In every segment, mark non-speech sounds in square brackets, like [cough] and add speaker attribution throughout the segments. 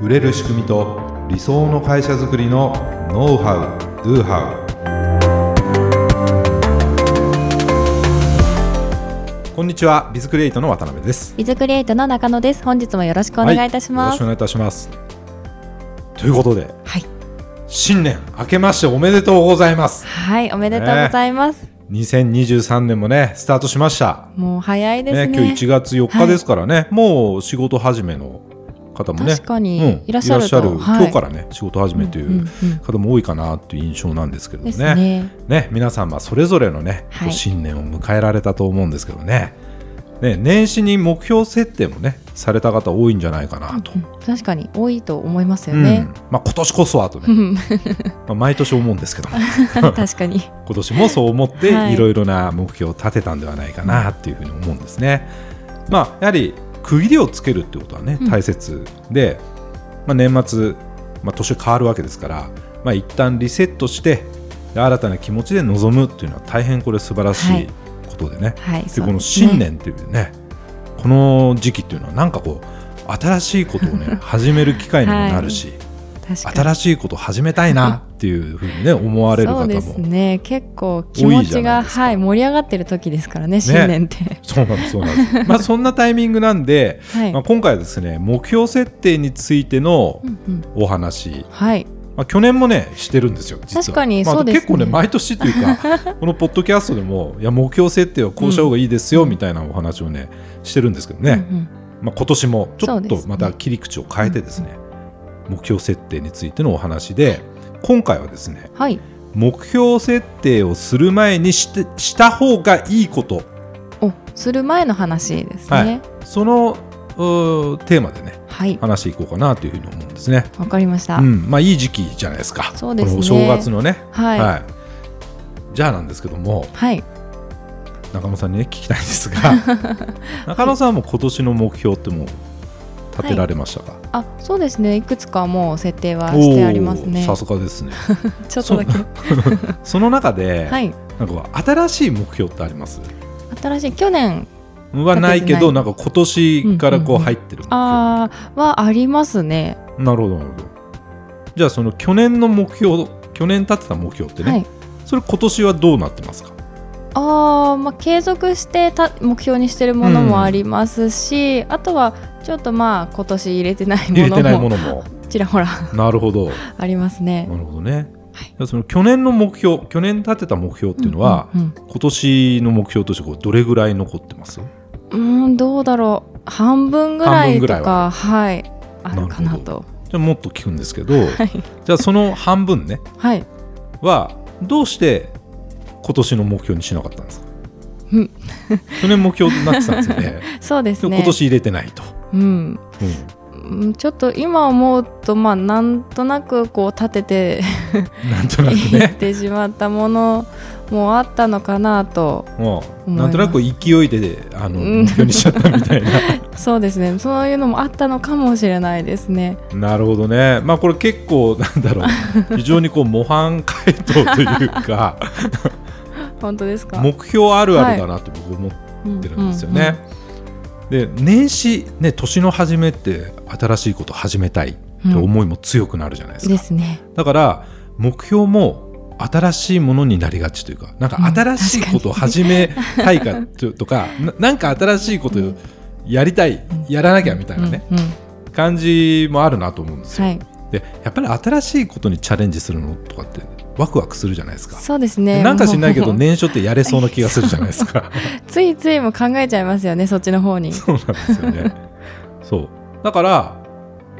Speaker 1: 売れる仕組みと理想の会社づくりのノウハウ・ドゥハウこんにちはビズクリエイトの渡辺です
Speaker 2: ビズクリエイトの中野です。本日もよろしくお願いいたし
Speaker 1: は
Speaker 2: ま
Speaker 1: い、よろしく
Speaker 2: す。
Speaker 1: お願いいたしますということで
Speaker 2: はい、
Speaker 1: 新年明けましておめでとうございます
Speaker 2: はい、おめでとうございます。
Speaker 1: 2023年もねスタートしました
Speaker 2: もう早いです
Speaker 1: ね
Speaker 2: ね。
Speaker 1: 今日1月4日ですからね、もう仕事始めの方もね
Speaker 2: 確かに
Speaker 1: うん
Speaker 2: いらっしゃるとはい
Speaker 1: 今日からね仕事始めとい
Speaker 2: うんうん
Speaker 1: う方も多いかなという印象なんですけど
Speaker 2: で
Speaker 1: ね
Speaker 2: すね。
Speaker 1: ね皆さんはそれぞれのね、
Speaker 2: はい
Speaker 1: 新年を迎えられたと思うんですけどねね年始に目標設定もねされた方多いんじゃないかなと。
Speaker 2: うん確かに多いと思いますよ
Speaker 1: うん
Speaker 2: ね。
Speaker 1: まあ、今年こそはとね、まあ、毎年思うんです
Speaker 2: [laughs]
Speaker 1: けども
Speaker 2: 確かに。
Speaker 1: 今年もそう思って、
Speaker 2: はい
Speaker 1: いろいろな目標を立てたんではないかなっていうふうに思うんですね。まあ、やはり区切りをつけるってことはね
Speaker 2: うん
Speaker 1: 大切で、まあ、年末、まあ、年変わるわけですから、まあ、一旦リセットしてで新たな気持ちで臨むっていうのは大変これ素晴らし
Speaker 2: はいい
Speaker 1: ことでね。
Speaker 2: はい。
Speaker 1: で
Speaker 2: そう
Speaker 1: この
Speaker 2: ですね
Speaker 1: 新。年っていうねこの時期っていうのはなんかこう新しいことを
Speaker 2: [laughs]
Speaker 1: ね始める機会にもなるし、
Speaker 2: 確かに。
Speaker 1: 新しいことを始めたいなっていうふうにね思われる
Speaker 2: そ
Speaker 1: 方も
Speaker 2: うですね。結構気持
Speaker 1: 多いじゃ
Speaker 2: ち
Speaker 1: ない
Speaker 2: が
Speaker 1: ですか
Speaker 2: はい盛り上がってる時ですからね。新年って。
Speaker 1: そうなんです、そうなんです。
Speaker 2: [laughs]
Speaker 1: まあそんなタイミングなんで、
Speaker 2: はい。
Speaker 1: まあ、今回はですね、目標設定についての
Speaker 2: うんうん
Speaker 1: お話、
Speaker 2: はい。
Speaker 1: まあ、去年もね、してるんですよ、実は。
Speaker 2: 確かに
Speaker 1: まあ
Speaker 2: そうですね
Speaker 1: 結構ね、毎年という
Speaker 2: [laughs]
Speaker 1: か、このポッドキャストでも、いや、目標設定はこうした方がいいですよ、みたいなお話をね、してるんですけどね、
Speaker 2: うんうん
Speaker 1: まあ、今年もちょ
Speaker 2: そう
Speaker 1: っ
Speaker 2: で
Speaker 1: と
Speaker 2: すね
Speaker 1: また切り口を変えてですね、目標設定についてのお話で、今回はですね、
Speaker 2: はい。
Speaker 1: 目標設定をする前にしてした方がいいこと、
Speaker 2: お、する前の話です
Speaker 1: はい
Speaker 2: ね。
Speaker 1: そのうーテーマでね、
Speaker 2: はい。
Speaker 1: 話していこうかなというふうに思うんですね。
Speaker 2: わかりました
Speaker 1: う。ん、まあいい時期じゃないですか。
Speaker 2: そうです
Speaker 1: この
Speaker 2: ね
Speaker 1: お正月のね。
Speaker 2: はい。
Speaker 1: じゃあなんですけども、
Speaker 2: はい。
Speaker 1: 中野さんにね聞きたいんですが、
Speaker 2: [laughs]
Speaker 1: 中野さんはもう今年の目標ってもう立てられましたか。
Speaker 2: あ、そうですね。いくつかもう設定はしてありますね。
Speaker 1: おーさすがですね。
Speaker 2: ちょっとだけ。
Speaker 1: その中で、
Speaker 2: はい。
Speaker 1: なんか新しい目標ってあります？
Speaker 2: 新しい去年
Speaker 1: はないけ
Speaker 2: 立ててな
Speaker 1: ど
Speaker 2: い
Speaker 1: なんか今年からこう
Speaker 2: うんうんう
Speaker 1: 入
Speaker 2: ん
Speaker 1: ってる目標。
Speaker 2: あーはありますね。
Speaker 1: なるほどなるほど。じゃあその去年の目標、去年立てた目標ってね、
Speaker 2: はい。
Speaker 1: それ今年はどうなってますか？
Speaker 2: あーまあ継続してた目標にしてるものもありますし、あとはちょっとまあ今年入れてない
Speaker 1: 入れ
Speaker 2: も
Speaker 1: てない
Speaker 2: の
Speaker 1: も
Speaker 2: も
Speaker 1: のも。
Speaker 2: ちらほら
Speaker 1: [laughs] なるほど。
Speaker 2: ありますね。
Speaker 1: なるほどね。
Speaker 2: はい
Speaker 1: じゃあその去年の目標、去年立てた目標っていうのは、
Speaker 2: うんうん
Speaker 1: 今年の目標としてこうどれぐらい残ってます？
Speaker 2: うん、うーんどうだろう半分ぐら
Speaker 1: 半分
Speaker 2: い
Speaker 1: ぐ
Speaker 2: と
Speaker 1: らい
Speaker 2: かはいあるか
Speaker 1: な
Speaker 2: な
Speaker 1: るほ
Speaker 2: と。
Speaker 1: じゃあもっと聞くんですけど、
Speaker 2: はい、
Speaker 1: じゃあその半分ね
Speaker 2: はい、
Speaker 1: はどうして今年の目標にしなかったんですか
Speaker 2: うん
Speaker 1: 去年目標になってたんですよ
Speaker 2: [laughs]
Speaker 1: ね。
Speaker 2: そうです
Speaker 1: でも
Speaker 2: ね。
Speaker 1: 今年入れてないと。
Speaker 2: うん
Speaker 1: う
Speaker 2: うんちょっと今思うとまあなんとなくこう立てて
Speaker 1: ん、なんとなく
Speaker 2: [laughs] いっ
Speaker 1: ね。
Speaker 2: てしまったものもあったのかなと
Speaker 1: もう
Speaker 2: 思います
Speaker 1: なんとなく勢いであの
Speaker 2: うん
Speaker 1: 目標にしちゃったみたいな。
Speaker 2: そうですねそういうのもあったのかもしれないですね
Speaker 1: なるほどね、まあ、これ結構、 [laughs] なんだろう、非常にこう模範解答というか、 [laughs]
Speaker 2: 本当ですか
Speaker 1: 目標あるあるだなって僕、思っ
Speaker 2: うん
Speaker 1: てるんですよね。で、年始、ね、年の初めって、新しいこと始めたいって思いも強くなるじゃないで
Speaker 2: うん
Speaker 1: すか。
Speaker 2: ですね
Speaker 1: だから、目標も新しいものになりがちというか、なんか新しいことを始めたいかととか、ななんか新しいことをやりたい、やらなきゃみたいなね、
Speaker 2: うんうん
Speaker 1: 感じもあるなと思うんですよ。
Speaker 2: はい
Speaker 1: でやっぱり新しいことにチャレンジするのとかってワクワクするじゃないですか、
Speaker 2: そうですね
Speaker 1: なんか知んないけど
Speaker 2: もう
Speaker 1: 年初ってやれそうな気がするじゃないです
Speaker 2: [laughs]
Speaker 1: か
Speaker 2: ついついも考えちゃいますよねそっちの方に
Speaker 1: そうなんですよねそうだから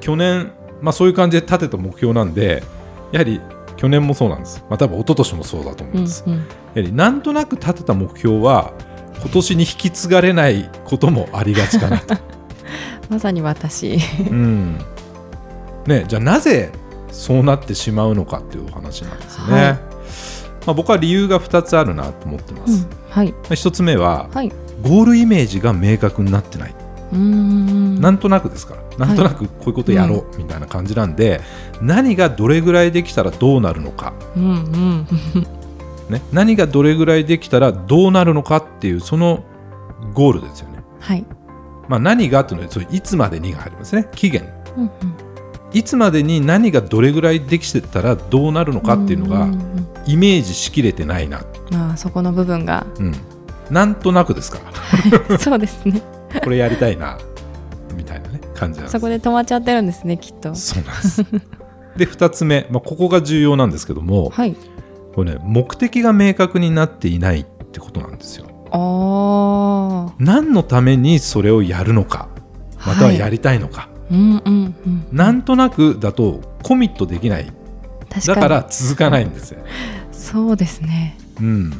Speaker 1: 去年、まあ、そういう感じで立てた目標なんでやはり去年もそうなんです、まあ、多分一昨年もそうだと思う
Speaker 2: うんん
Speaker 1: です、
Speaker 2: うん
Speaker 1: やはりなんとなく立てた目標は今年に引き継がれないこともありがちかなと、
Speaker 2: まさに私
Speaker 1: うんね、じゃあなぜそうなってしまうのかっていうお話なんですね、
Speaker 2: はい
Speaker 1: まあ、僕は理由が2つあるなと思ってま
Speaker 2: う
Speaker 1: す、
Speaker 2: んはい
Speaker 1: まあ一つ目は、
Speaker 2: はい
Speaker 1: ゴールイメージが明確になってない、
Speaker 2: うーん
Speaker 1: なんとなくですからなんとなくこういうことやろうみたいな感じなんで、何がどれぐらいできたらどうなるのか、
Speaker 2: うんうん
Speaker 1: ね、何がどれぐらいできたらどうなるのかっていうそのゴール [laughs] ですよね、
Speaker 2: はい
Speaker 1: まあ、何がっていうのはそれいつまでにが入りますね期限
Speaker 2: うん
Speaker 1: いつまでに何がどれぐらいできてたらどうなるのかっていうのが
Speaker 2: んんうん
Speaker 1: イメージしきれてないな、
Speaker 2: まあそこの部分
Speaker 1: [laughs]
Speaker 2: が
Speaker 1: うん、なんとなく
Speaker 2: [laughs]
Speaker 1: ですから
Speaker 2: そうですね
Speaker 1: これやりたいなみたいな、ね、感じなんです
Speaker 2: そこで止まっちゃってるんですねきっと
Speaker 1: そうなんですで2つ目、まあ、ここが重要なんですけども
Speaker 2: はい
Speaker 1: これね目的が明確になっていないってことなんですよ
Speaker 2: あ
Speaker 1: 何のためにそれをやるのか
Speaker 2: あ
Speaker 1: またはやりたいのか、
Speaker 2: い、うんうんうん
Speaker 1: なんとなくだとコミットできない
Speaker 2: 確か
Speaker 1: だ
Speaker 2: に
Speaker 1: から続かないんですよ、
Speaker 2: そうですね
Speaker 1: うん、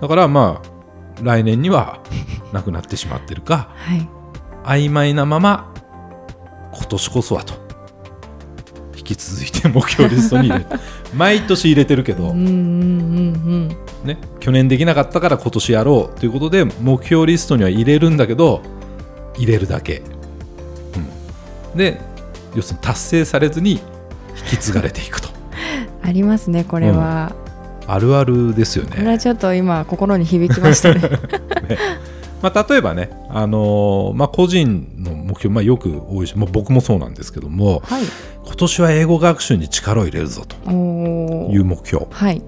Speaker 1: だからまあ来年には [laughs] なくなってしまってるか
Speaker 2: はい
Speaker 1: 曖昧なまま今年こそはと引き続いて目標リストに
Speaker 2: [laughs]
Speaker 1: 入れる毎年入れてるけど
Speaker 2: うんうんうんうん
Speaker 1: ね、去年できなかったから今年やろうということで目標リストには入れるんだけど入れるだけ、うん、で要するに達成されずに引き継がれていく
Speaker 2: [laughs]
Speaker 1: と
Speaker 2: ありますねこれは、
Speaker 1: あるあるですよ
Speaker 2: これは
Speaker 1: ね、
Speaker 2: ちょっと今心に響きまし
Speaker 1: [laughs]
Speaker 2: たね
Speaker 1: まあ、例えばね、あのーまあ、個人の目標、まあ、よく多いし、まあ、僕もそうなんですけども
Speaker 2: はい
Speaker 1: 今年は英語学習に力を入れるぞと
Speaker 2: おお
Speaker 1: いう目標
Speaker 2: はい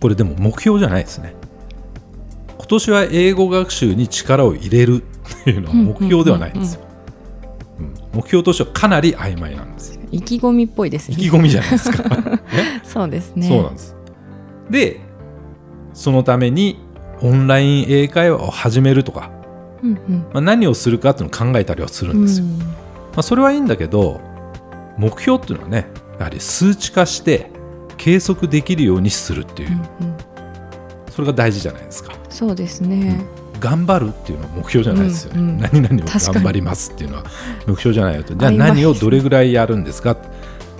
Speaker 1: これでも目標じゃないですね今年は英語学習に力を入れるっていうのは目標ではないんですよ、うん目標としてはかなり曖昧なんです
Speaker 2: 意気込みっぽいです
Speaker 1: 意
Speaker 2: ね
Speaker 1: 気込みじゃないですか、 [laughs] ね
Speaker 2: [laughs] そうですね
Speaker 1: そうなんですでそのためにオンライン英会話を始めるとか、
Speaker 2: うんうん
Speaker 1: まあ、何をするかっていうのを考えたりはする
Speaker 2: うん
Speaker 1: んですよ、まあ、それはいいんだけど目標っていうのはねやはり数値化して計測できるようにするっていう、
Speaker 2: うんうん
Speaker 1: それが大事じゃないですか
Speaker 2: そうですね、
Speaker 1: 頑張るっていうのは目標じゃないですよね、
Speaker 2: うんうん
Speaker 1: 何々を
Speaker 2: 確かに
Speaker 1: 頑張りますっていうのは目標じゃないよとじゃあ
Speaker 2: 曖昧
Speaker 1: 何をどれぐらいやるんですか、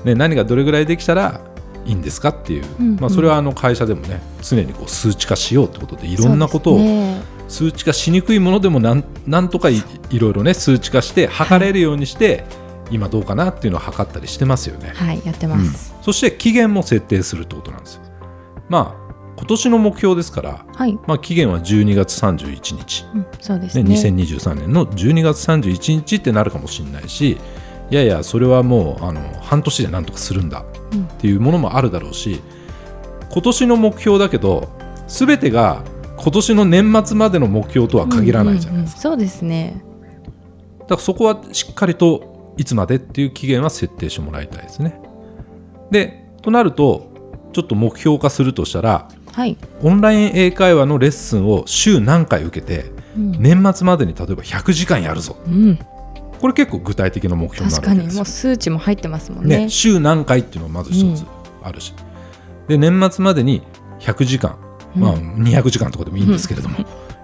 Speaker 1: ね、何がどれぐらいできたらいいんですかっていう、
Speaker 2: うんうん
Speaker 1: まあ、それはあの会社でもね常にこう数値化しようってことでいろんなこと
Speaker 2: そう
Speaker 1: を
Speaker 2: ですね
Speaker 1: 数値化しにくいものでもなんなんとかいいろいろね数値化して測れるようにして、今どうかなっていうのを測ったりしてますよね、
Speaker 2: はいやって
Speaker 1: う
Speaker 2: ま
Speaker 1: ん
Speaker 2: す、
Speaker 1: そして期限も設定するってことなんですよまあ今年の目標ですから、
Speaker 2: はい、
Speaker 1: まあ、期限は12月31日
Speaker 2: うん、そうです
Speaker 1: ね、
Speaker 2: ね
Speaker 1: 2023年の12月31日ってなるかもしれないしいやいやそれはもうあの半年でなんとかするんだ
Speaker 2: うん
Speaker 1: っていうものもあるだろうし今年の目標だけど全てが今年の年末までの目標とは限らないじゃないですか、
Speaker 2: うんうんうんそうですね
Speaker 1: だからそこはしっかりといつまでっていう期限は設定してもらいたいですねでとなるとちょっと目標化するとしたら
Speaker 2: はい、
Speaker 1: オンライン英会話のレッスンを週何回受けて
Speaker 2: うん
Speaker 1: 年末までに例えば100時間やるぞ
Speaker 2: うん、
Speaker 1: これ結構具体的な目標にな
Speaker 2: 確
Speaker 1: るわ
Speaker 2: か
Speaker 1: けで
Speaker 2: に
Speaker 1: す
Speaker 2: も
Speaker 1: よ
Speaker 2: う数値も入ってますもん
Speaker 1: ね
Speaker 2: ね
Speaker 1: 週何回っていうのがまず一つあるし、で年末までに100時間、まあ、
Speaker 2: うん
Speaker 1: 200時間とかでもいいんですけれども、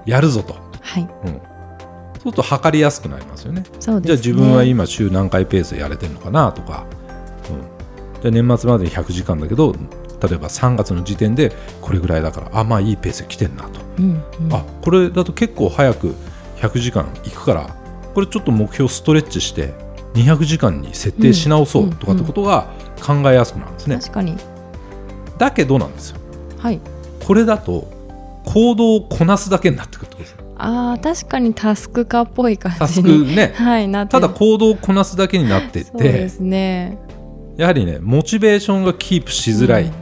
Speaker 1: やるぞと、
Speaker 2: はい
Speaker 1: うん、そうすると測りやすくなりますよね
Speaker 2: そう
Speaker 1: じゃ
Speaker 2: で
Speaker 1: あ
Speaker 2: す
Speaker 1: 自
Speaker 2: ね
Speaker 1: 分は今週何回ペースでやれてるのかなとか、うん、じゃあ年末までに100時間だけど例えば3月の時点でこれぐらいだからあまあいいペースで来てんなと、
Speaker 2: うんうん
Speaker 1: あこれだと結構早く100時間いくからこれちょっと目標ストレッチして200時間に設定し直そううんとかってことが考えやすくなるんですね、
Speaker 2: 確かに
Speaker 1: だけどなんですよ
Speaker 2: はい
Speaker 1: これだと行動をこなすだけになってくるってことです
Speaker 2: あー確かにタスク化っぽい感
Speaker 1: タス
Speaker 2: じ
Speaker 1: ク
Speaker 2: に [laughs]
Speaker 1: ね
Speaker 2: はいなって
Speaker 1: ただ行動をこなすだけになってっ
Speaker 2: そうで
Speaker 1: て
Speaker 2: すね
Speaker 1: やはりねモチベーションがキープしづらい、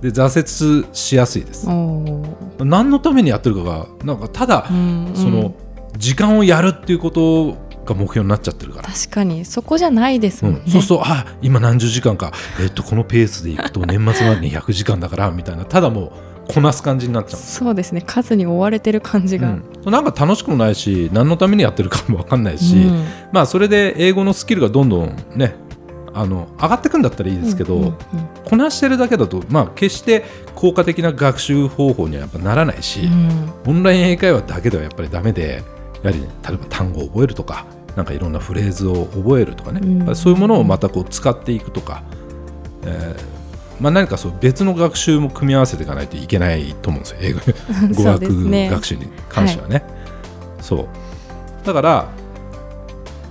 Speaker 1: で挫折しやすいです
Speaker 2: うん、おー
Speaker 1: 何のためにやってるかがなんかただ
Speaker 2: う、んうん
Speaker 1: その時間をやるっていうことが目標になっちゃってるから
Speaker 2: 確かにそこじゃないです
Speaker 1: う
Speaker 2: もん
Speaker 1: ん
Speaker 2: ね、
Speaker 1: そうするとあ今何十時間か、えっとこのペースでい
Speaker 2: [laughs]
Speaker 1: くと年末までに100時間だからみたいなただもうこなす感じになっちゃうんです
Speaker 2: そうですね数に追われてる感じが、
Speaker 1: うんなんか楽しくもないし何のためにやってるかも分かんないし、
Speaker 2: うん
Speaker 1: まあそれで英語のスキルがどんどんねあの上がってくんだったらいいですけど、
Speaker 2: うんうん
Speaker 1: こなしてるだけだと、まあ、決して効果的な学習方法にはやっぱならないし、
Speaker 2: うんうん
Speaker 1: オンライン英会話だけではやっぱりダメでやはり、ね、例えば単語を覚えるとかなんかいろんなフレーズを覚えるとかね、
Speaker 2: うん
Speaker 1: やっぱりそういうものをまたこう使っていくとか、えーまあ、何かそう別の学習も組み合わせていかないといけないと思うんですよ英語語
Speaker 2: [laughs] そうです
Speaker 1: 学、
Speaker 2: ね
Speaker 1: 学習に関してはね。そうだから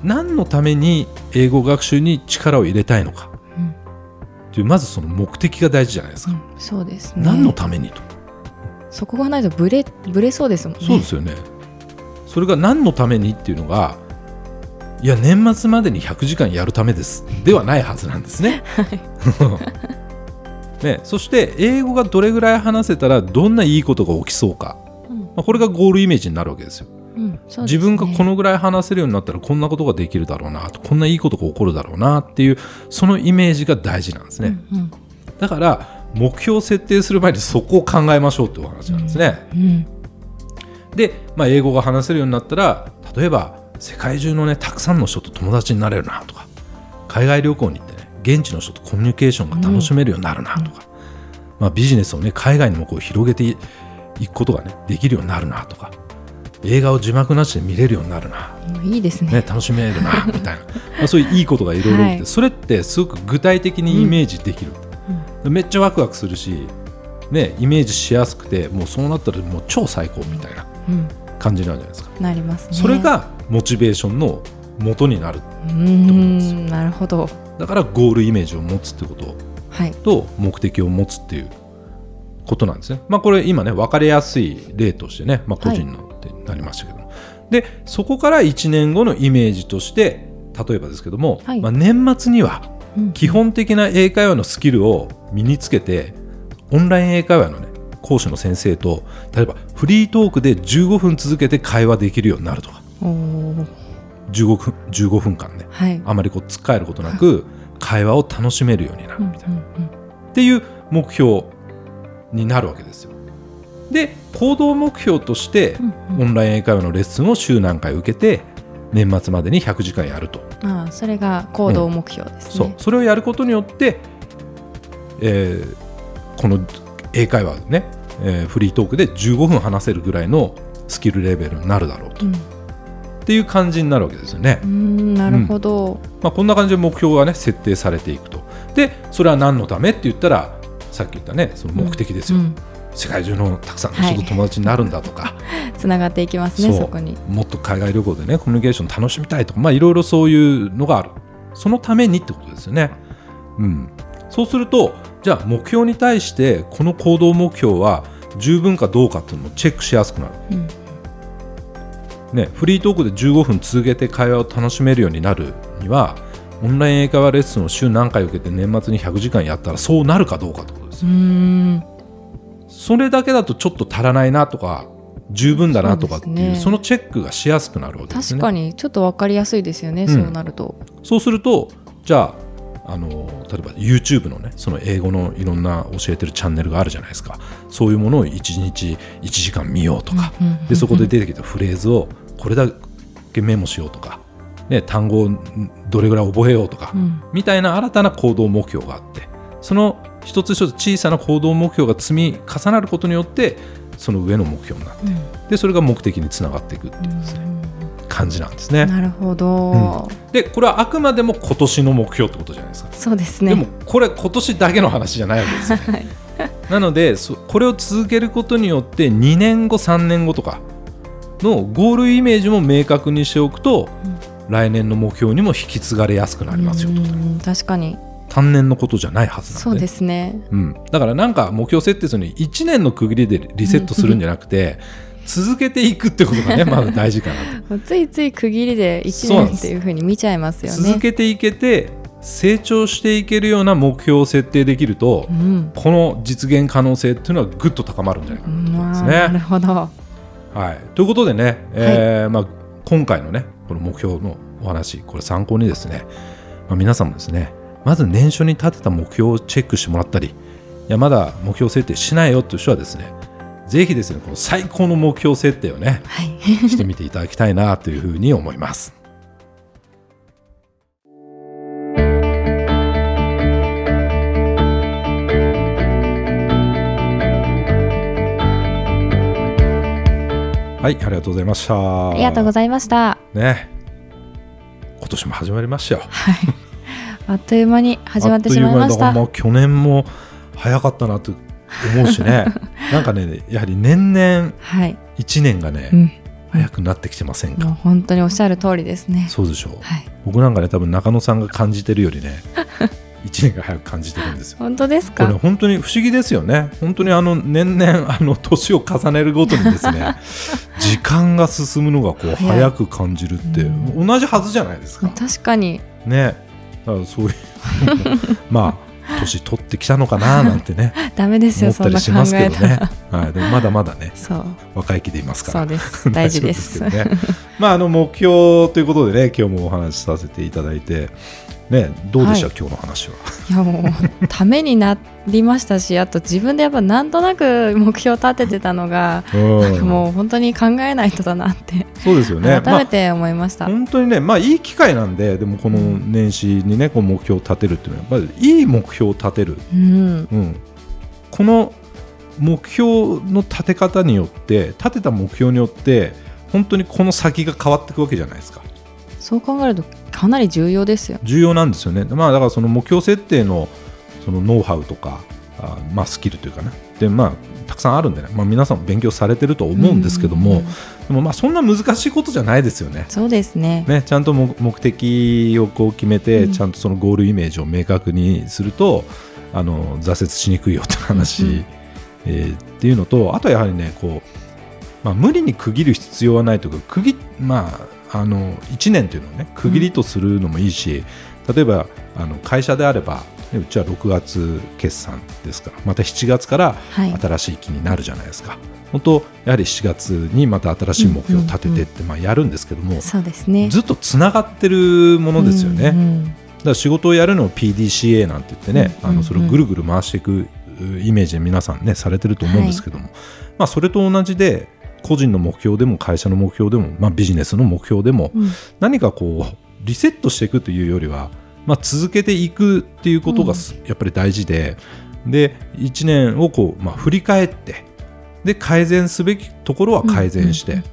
Speaker 1: 何のために英語学習に力を入れたいのか
Speaker 2: うん
Speaker 1: っていうまずその目的が大事じゃないですか。
Speaker 2: うんそうですね
Speaker 1: 何のためにと
Speaker 2: そこがないとブレブレそうですもんね
Speaker 1: そうですよね。それが何のためにっていうのがいや年末までに100時間やるためですではないは [laughs] ずなんです
Speaker 2: [laughs]
Speaker 1: ね。ねそして英語がどれぐらい話せたらどんないいことが起きそうか、
Speaker 2: うん
Speaker 1: まあ、これがゴールイメージになるわけですよ。
Speaker 2: うんそうですね
Speaker 1: 自分がこのぐらい話せるようになったらこんなことができるだろうなとこんないいことが起こるだろうなっていうそのイメージが大事なんですね、
Speaker 2: うん
Speaker 1: だから目標を設定する前にそこを考えましょうっていうお話なんですね、
Speaker 2: うん
Speaker 1: で、まあ、英語が話せるようになったら例えば世界中のねたくさんの人と友達になれるなとか海外旅行に行ってね現地の人とコミュニケーションが楽しめるようになるなとか、まあ、ビジネスをね海外にもこう広げていいくことがねできるようになるなとか映画を字幕なしで見れるようになるな
Speaker 2: うんいいですね
Speaker 1: ね、楽しめる [laughs] なみたいな、まあ、そういういいことがいろいろ起きて、
Speaker 2: はい
Speaker 1: それってすごく具体的にイメージできる、めっちゃワクワクするし、ね、イメージしやすくてもうそうなったらもう超最高みたいな
Speaker 2: うん
Speaker 1: 感じになるじゃないですか、
Speaker 2: なりますね
Speaker 1: それがモチベーションの元になる
Speaker 2: うーんなるほど
Speaker 1: だからゴールイメージを持つってこと
Speaker 2: はい
Speaker 1: と目的を持つっていうことなんですね。まあ、これ今ね分かりやすい例としてね、まあ、個人のってなりましたけども、でそこから1年後のイメージとして例えばですけども、
Speaker 2: はい
Speaker 1: まあ、年末には
Speaker 2: うん
Speaker 1: 基本的な英会話のスキルを身につけてオンライン英会話のね講師の先生と例えばフリートークで15分続けて会話できるようになるとか
Speaker 2: おー
Speaker 1: 15分 ,15 分間ね
Speaker 2: はい
Speaker 1: あまりこうつっかえることなく会話を楽しめるようになるみたいな。
Speaker 2: うん
Speaker 1: っていう目標になるわけですよ。で行動目標として
Speaker 2: うん
Speaker 1: オンライン英会話のレッスンを週何回受けて年末までに100時間やると、
Speaker 2: うんああそれが行動目標です
Speaker 1: そう
Speaker 2: ね
Speaker 1: それをやることによって、えーこの英会話ね、えーフリートークで15分話せるぐらいのスキルレベルになるだろうと
Speaker 2: うんう
Speaker 1: っていう感じになるわけですよね
Speaker 2: ー。んなるほど
Speaker 1: まあ、こんな感じで目標がね設定されていくと。でそれは何のためって言ったらさっき言ったねその目的ですよ。
Speaker 2: うん
Speaker 1: 世界中のたくさんの人と友達になるんだとか、
Speaker 2: つながっていきますね
Speaker 1: そう
Speaker 2: そこに
Speaker 1: もっと海外旅行でねコミュニケーション楽しみたいとかまあいろいろそういうのがあるそのためにってことですよね。うん、そうするとじゃあ目標に対してこの行動目標は十分かどうかっていうのもチェックしやすくなる。
Speaker 2: うん
Speaker 1: ね、フリートークで15分続けて会話を楽しめるようになるにはオンライン英会話レッスンを週何回受けて年末に100時間やったらそうなるかどうかってことです
Speaker 2: うーん
Speaker 1: それだけだとちょっと足らないなとか十分だなとかっていう
Speaker 2: そう
Speaker 1: そ
Speaker 2: ですね
Speaker 1: のチェックがしやすくなるわけです
Speaker 2: 確
Speaker 1: ね。
Speaker 2: かにちょっとわかりやすいですよね、
Speaker 1: ん
Speaker 2: そうなると
Speaker 1: そうするとじゃああの例えば YouTube のねその英語のいろんな教えてるチャンネルがあるじゃないですかそういうものを1日1時間見ようとか、
Speaker 2: うんうんうんうん
Speaker 1: でそこで出てきたフレーズをこれだけメモしようとか、ね、単語をどれぐらい覚えようとか、
Speaker 2: うん
Speaker 1: みたいな新たな行動目標があってその一つ一つ小さな行動目標が積み重なることによってその上の目標になって
Speaker 2: うん
Speaker 1: でそれが目的につながっていくっていうですね感じなんですね。
Speaker 2: なるほど、
Speaker 1: でこれはあくまでも今年の目標ってことじゃないですか。
Speaker 2: そうですね
Speaker 1: でもこれ今年だけの話じゃないわけですよ、ねなのでそこれを続けることによって2年後3年後とかのゴールイメージも明確にしておくと、来年の目標にも引き継がれやすくなりますよと、
Speaker 2: うん確かに
Speaker 1: 単年のことじゃないはずな
Speaker 2: そ
Speaker 1: ん
Speaker 2: う
Speaker 1: で
Speaker 2: ですね
Speaker 1: うん、だからなんか目標設定するのに1年の区切りでリセットするんじゃなくて、続けていくってこと
Speaker 2: [laughs]
Speaker 1: がねまだ大事かなと
Speaker 2: もうついつい区切りで1
Speaker 1: そうなん
Speaker 2: 年
Speaker 1: で
Speaker 2: っ
Speaker 1: す
Speaker 2: ていうふうに見ちゃいますよね
Speaker 1: 続けていけて成長していけるような目標を設定できると、
Speaker 2: うん
Speaker 1: この実現可能性っていうのはぐっと高まるんじゃないかなと思います
Speaker 2: なる
Speaker 1: ね。
Speaker 2: ほど
Speaker 1: はい、ということでね、えーまあ、今回のねこの目標のお話これ参考にですね、まあ、皆さんもですねまず年初に立てた目標をチェックしてもらったりいやまだ目標設定しないよっていう人はですねぜひですねこの最高の目標設定をね
Speaker 2: はい
Speaker 1: [laughs] してみていただきたいなというふうに思います。はい、ありがとうございました。
Speaker 2: ありがとうございました
Speaker 1: ね今年も始まりましたよ
Speaker 2: あっという間に始まってしまいまし
Speaker 1: あっという間だから
Speaker 2: た
Speaker 1: もう去年も早かったなと思うしね
Speaker 2: [laughs]
Speaker 1: なんかねやはり年々
Speaker 2: はい、
Speaker 1: 1年がね、
Speaker 2: うん、
Speaker 1: 早くなってきてませんか、
Speaker 2: もう本当におっしゃる通りですね
Speaker 1: そうでしょう
Speaker 2: はい [laughs]
Speaker 1: 僕なんかね多分中野さんが感じてるよりね1年が早く感じてるんですよ。
Speaker 2: 本当です
Speaker 1: これ
Speaker 2: か
Speaker 1: 本当に不思議ですよね。本当にあの年々あの年を重ねるごとにですね、
Speaker 2: [laughs]
Speaker 1: 時間が進むのがこう
Speaker 2: 早い
Speaker 1: 早く感じるって同じはずじゃないですか。
Speaker 2: 確かに
Speaker 1: ね、だからそういうまあ年取ってきたのかななんてね
Speaker 2: ダメで
Speaker 1: 思
Speaker 2: すよ
Speaker 1: っ
Speaker 2: そ
Speaker 1: た
Speaker 2: んな
Speaker 1: り
Speaker 2: 考
Speaker 1: しますけ
Speaker 2: え
Speaker 1: ど
Speaker 2: たら、
Speaker 1: ね。はい、でもまだまだね
Speaker 2: そう
Speaker 1: 若い気でいますから
Speaker 2: そう。で
Speaker 1: [laughs]
Speaker 2: す大事です
Speaker 1: 大丈夫ですけどね。まああの目標ということでね今日もお話しさせていただいてねどうでした、
Speaker 2: は
Speaker 1: 今日の話は。
Speaker 2: いやもうためになりましたしあと自分でやっぱなんとなく目標立ててたのが
Speaker 1: うん
Speaker 2: もう本当に考えないとだなって
Speaker 1: そうですよね。
Speaker 2: 改めて思いました、
Speaker 1: 本当にねまあいい機会なんででもこの年始にねこう目標を立てるっていうのはやっぱりいい目標を立てる、
Speaker 2: うん
Speaker 1: うん、この目標の立て方によって立てた目標によって本当にこの先が変わっていくわけじゃないですか
Speaker 2: そう考えるとかなり重要ですよ
Speaker 1: 重要なんですよね、まあ、だからその目標設定のそのノウハウとかあまあスキルというかねでまあたくさんあるんでね、まあ、皆さんも勉強されてると思うんですけども、
Speaker 2: うん
Speaker 1: でもまあそんな難しいことじゃないですよね
Speaker 2: そうですね
Speaker 1: ね、ちゃんとも目的をこう決めて、
Speaker 2: うん
Speaker 1: ちゃんとそのゴールイメージを明確にするとあの挫折しにくいよって話、
Speaker 2: うんうん
Speaker 1: えーっていうのとあとはやはりねこう、まあ、無理に区切る必要はないというか区切、まあ、あの1年というのを、ね、区切りとするのもいいし、例えばあの会社であればねうちは6月決算ですからまた7月から
Speaker 2: はい
Speaker 1: 新しい気になるじゃないですか。本当やはり7月にまた新しい目標を立ててって、まあ、やるんですけども、
Speaker 2: そうですね
Speaker 1: ずっとつながってるものですよね、
Speaker 2: うん
Speaker 1: だ
Speaker 2: うん
Speaker 1: から仕事をやるのを PDCA なんて言ってね、
Speaker 2: うん
Speaker 1: あのそれをぐるぐる回していくうイメージで皆さんねされてると思うんですけども、まあ、それと同じで個人の目標でも会社の目標でも、まあ、ビジネスの目標でも
Speaker 2: うん
Speaker 1: 何かこうリセットしていくというよりは、まあ、続けていくっていうことがすやっぱり大事で、で1年をこう、まあ、振り返ってで改善すべきところは改善して、
Speaker 2: うんうん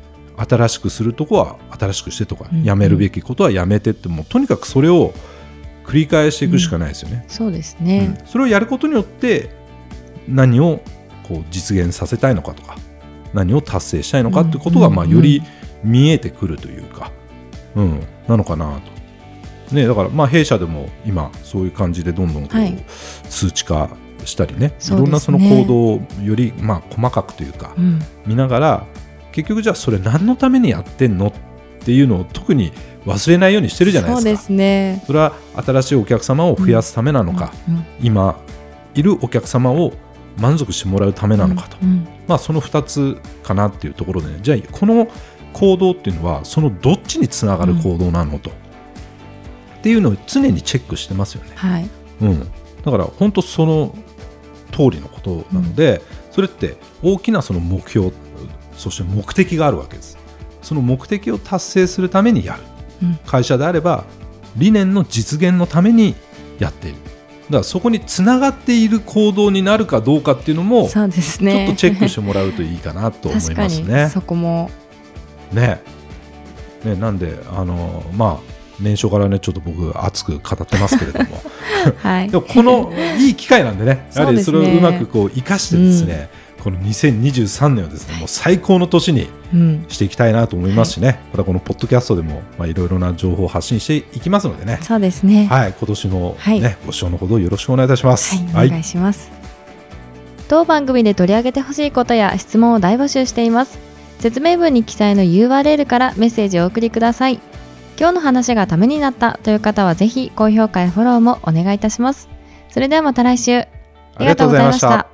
Speaker 1: 新しくするとこは新しくしてとか、
Speaker 2: うんうん
Speaker 1: やめるべきことはやめてってもうとにかくそれを繰り返していくしかないですよね。
Speaker 2: そうです
Speaker 1: う
Speaker 2: ね、
Speaker 1: んそれをやることによって何をこう実現させたいのかとか何を達成したいのかってことが、
Speaker 2: うんうん
Speaker 1: まあ、より見えてくるというか、うん、なのかなと、ね、だからまあ弊社でも今そういう感じでどんどんこう
Speaker 2: はい
Speaker 1: 数値化したりね、い
Speaker 2: そうですね
Speaker 1: ろんなその行動をよりまあ細かくというか
Speaker 2: うん
Speaker 1: 見ながら結局じゃあそれ何のためにやってんのっていうのを特に忘れないようにしてるじゃないですか。
Speaker 2: そうですね
Speaker 1: それは新しいお客様を増やすためなのか、
Speaker 2: うん
Speaker 1: 今いるお客様を満足してもらうためなのかと、
Speaker 2: うん
Speaker 1: まあ、その2つかなっていうところでね、じゃあこの行動っていうのはそのどっちにつながる行動なのと、っていうのを常にチェックしてますよね、
Speaker 2: はい
Speaker 1: うん、だから本当その通りのことなので、それって大きなその目標そして目的があるわけですその目的を達成するためにやる
Speaker 2: うん
Speaker 1: 会社であれば理念の実現のためにやっているだからそこにつながっている行動になるかどうかっていうのもちょっ
Speaker 2: そうですね
Speaker 1: とチェックしてもらうといいかなと思います
Speaker 2: 確かに
Speaker 1: ね。
Speaker 2: そこも
Speaker 1: ねねなんであのまあ年初からねちょっと僕熱く語ってますけれども
Speaker 2: はい
Speaker 1: でもこ
Speaker 2: [laughs]
Speaker 1: のいい機会なんでねやはりそれを
Speaker 2: そうです
Speaker 1: う
Speaker 2: ね
Speaker 1: まくこう生かしてですねこの2023年をですねもう最高の年に
Speaker 2: うん
Speaker 1: していきたいなと思いますしね、またこのポッドキャストでもまあいろいろな情報を発信していきますのでね、
Speaker 2: そうですね
Speaker 1: はい、今年の、ね
Speaker 2: はい
Speaker 1: ご視聴のほどよろしくお願いいたします。
Speaker 2: はい、お願いします、当番組で取り上げてほしいことや質問を大募集しています説明文に記載の URL からメッセージをお送りください今日の話がためになったという方はぜひ高評価やフォローもお願いいたしますそれではまた来週
Speaker 1: ありがとうございました。